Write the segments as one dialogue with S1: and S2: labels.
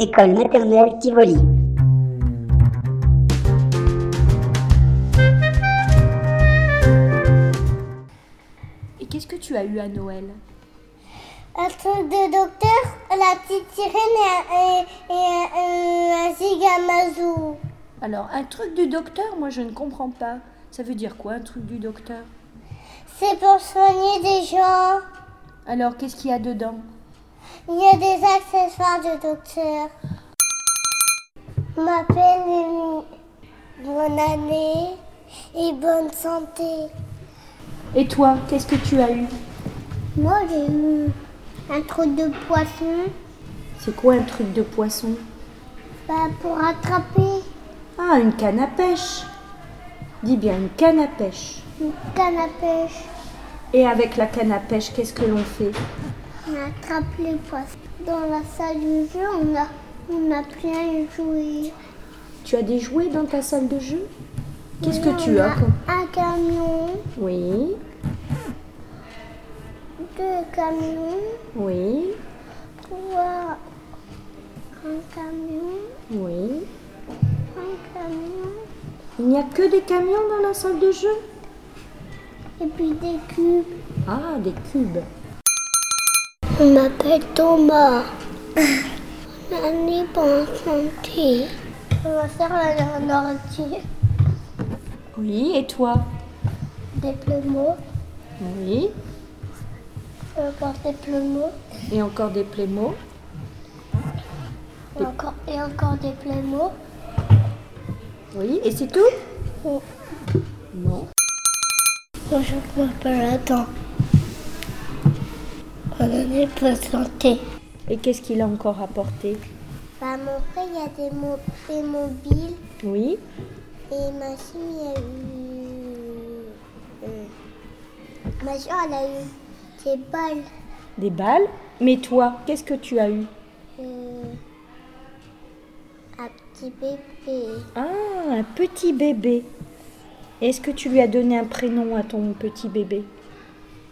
S1: École maternelle Tivoli.
S2: Et qu'est-ce que tu as eu à Noël
S3: Un truc de docteur, la petite sirène et, un- et- et un- un gigamazou.
S2: Alors, un truc du docteur, moi je ne comprends pas. Ça veut dire quoi un truc du docteur
S3: C'est pour soigner des gens.
S2: Alors, qu'est-ce qu'il y a dedans
S3: Il y a des accessoires de docteur. Je m'appelle Émilie. Bonne année et bonne santé.
S2: Et toi, qu'est-ce que tu as eu
S3: Moi, j'ai eu un truc de poisson
S2: C'est quoi un truc de poisson
S3: bah, pour attraper
S2: Ah, une canne à pêche Dis bien une canne à pêche.
S3: une canne à pêche.
S2: Et avec la canne à pêche, qu'est-ce que l'on fait
S3: On attrape les poissons. Dans la salle de jeu, on a, on a plein de jouets.
S2: Tu as des jouets dans ta salle de jeu Qu'est-ce que
S3: On
S2: tu
S3: a
S2: as comme-
S3: Un camion,
S2: Oui,
S3: deux camions,
S2: oui,
S3: trois. Un camion,
S2: oui.
S3: un camion,
S2: Il n'y a que des camions dans la salle de jeu
S3: et puis des cubes.
S2: Ah, des cubes.
S3: On m'appelle Thomas. L'année bonne santé. Ma soeur, elle a un ordi,
S2: Oui, et toi
S3: des plumeaux.
S2: Oui.
S3: Et encore des plumeaux.
S2: Et encore des Playmo.
S3: Et encore, et encore des plumeaux.
S2: Oui, et c'est tout
S3: Oh.
S2: Non.
S3: Bonjour, je m'appelle Adam. Bonne année bonne santé.
S2: Et qu'est-ce qu'il a encore apporté
S3: Bah, mon frère, il y a des, mo- des mobiles
S2: Oui.
S3: et ma soeur, il y a eu. euh, Ma soeur, elle a eu des balles.
S2: Des balles. Mais toi, qu'est-ce que tu as eu
S3: euh, un petit bébé.
S2: Ah, un petit bébé. Est-ce que tu lui as donné un prénom à ton petit bébé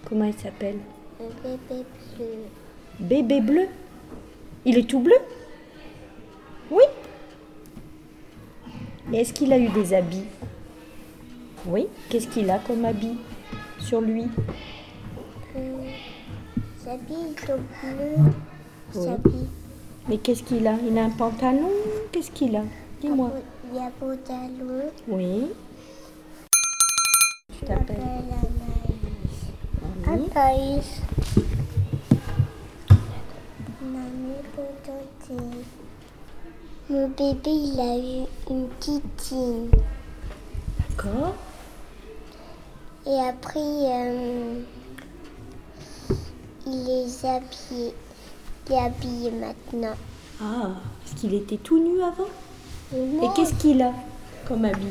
S2: Comment il s'appelle
S3: Un bébé bleu.
S2: Bébé bleu Il est tout bleu Oui. Et Est-ce qu'il a eu des habits Oui. Qu'est-ce qu'il a comme habit sur lui
S3: Sa bille est bleue. Sa bille.
S2: Mais qu'est-ce qu'il a Il a un pantalon Qu'est-ce qu'il a Dis-moi.
S3: Il y a beau talon.
S2: Oui. Tu
S3: Elle
S2: t'appelles
S3: a
S2: Annie.
S3: Anaïs. Maman, bonne santé. Mon bébé, il a eu une titine.
S2: D'accord.
S3: Et après, euh, il est habillé. Il est habillé maintenant.
S2: Ah, parce qu'il était tout nu avant. Et
S3: Non,
S2: qu'est-ce qu'il a comme habit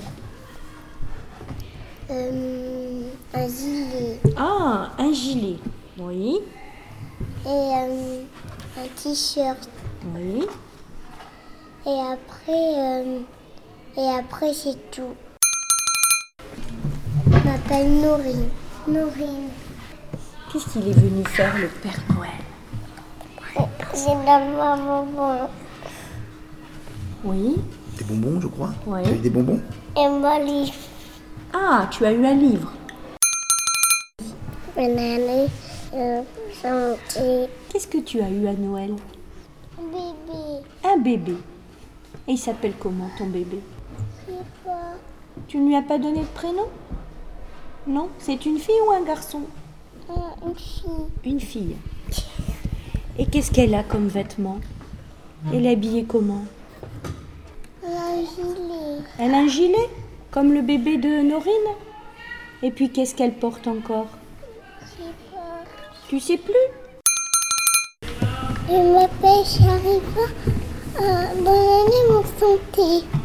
S3: euh, un gilet
S2: Ah, un gilet. Oui.
S3: et euh, un t-shirt.
S2: Oui.
S3: Et après, euh, et après c'est tout. Je m'appelle Nourine. Nourine.
S2: Qu'est-ce qu'il est venu faire le Père Noël
S3: J'ai d'abord mon bonbon.
S2: Oui.
S4: Des bonbons, je crois.
S2: Ouais.
S4: Tu as eu des bonbons
S3: Et moi, lui,
S2: Ah, tu as eu un livre.
S3: on allait euh, chanter.
S2: Qu'est-ce que tu as eu à Noël
S3: Bébé,
S2: Un bébé. Et il s'appelle comment ton bébé
S3: c'est quoi
S2: Tu ne lui as pas donné de prénom Non C'est une fille ou un garçon
S3: Euh, Une fille.
S2: Une fille. Et qu'est-ce qu'elle a comme vêtements Elle est habillée comment
S3: Un gilet.
S2: Elle a un gilet, comme le bébé de Norine Et puis qu'est-ce qu'elle porte encore
S3: C'est quoi
S2: Tu sais plus
S3: Je m'appelle Sharifa. Euh, bonne année, mon santé.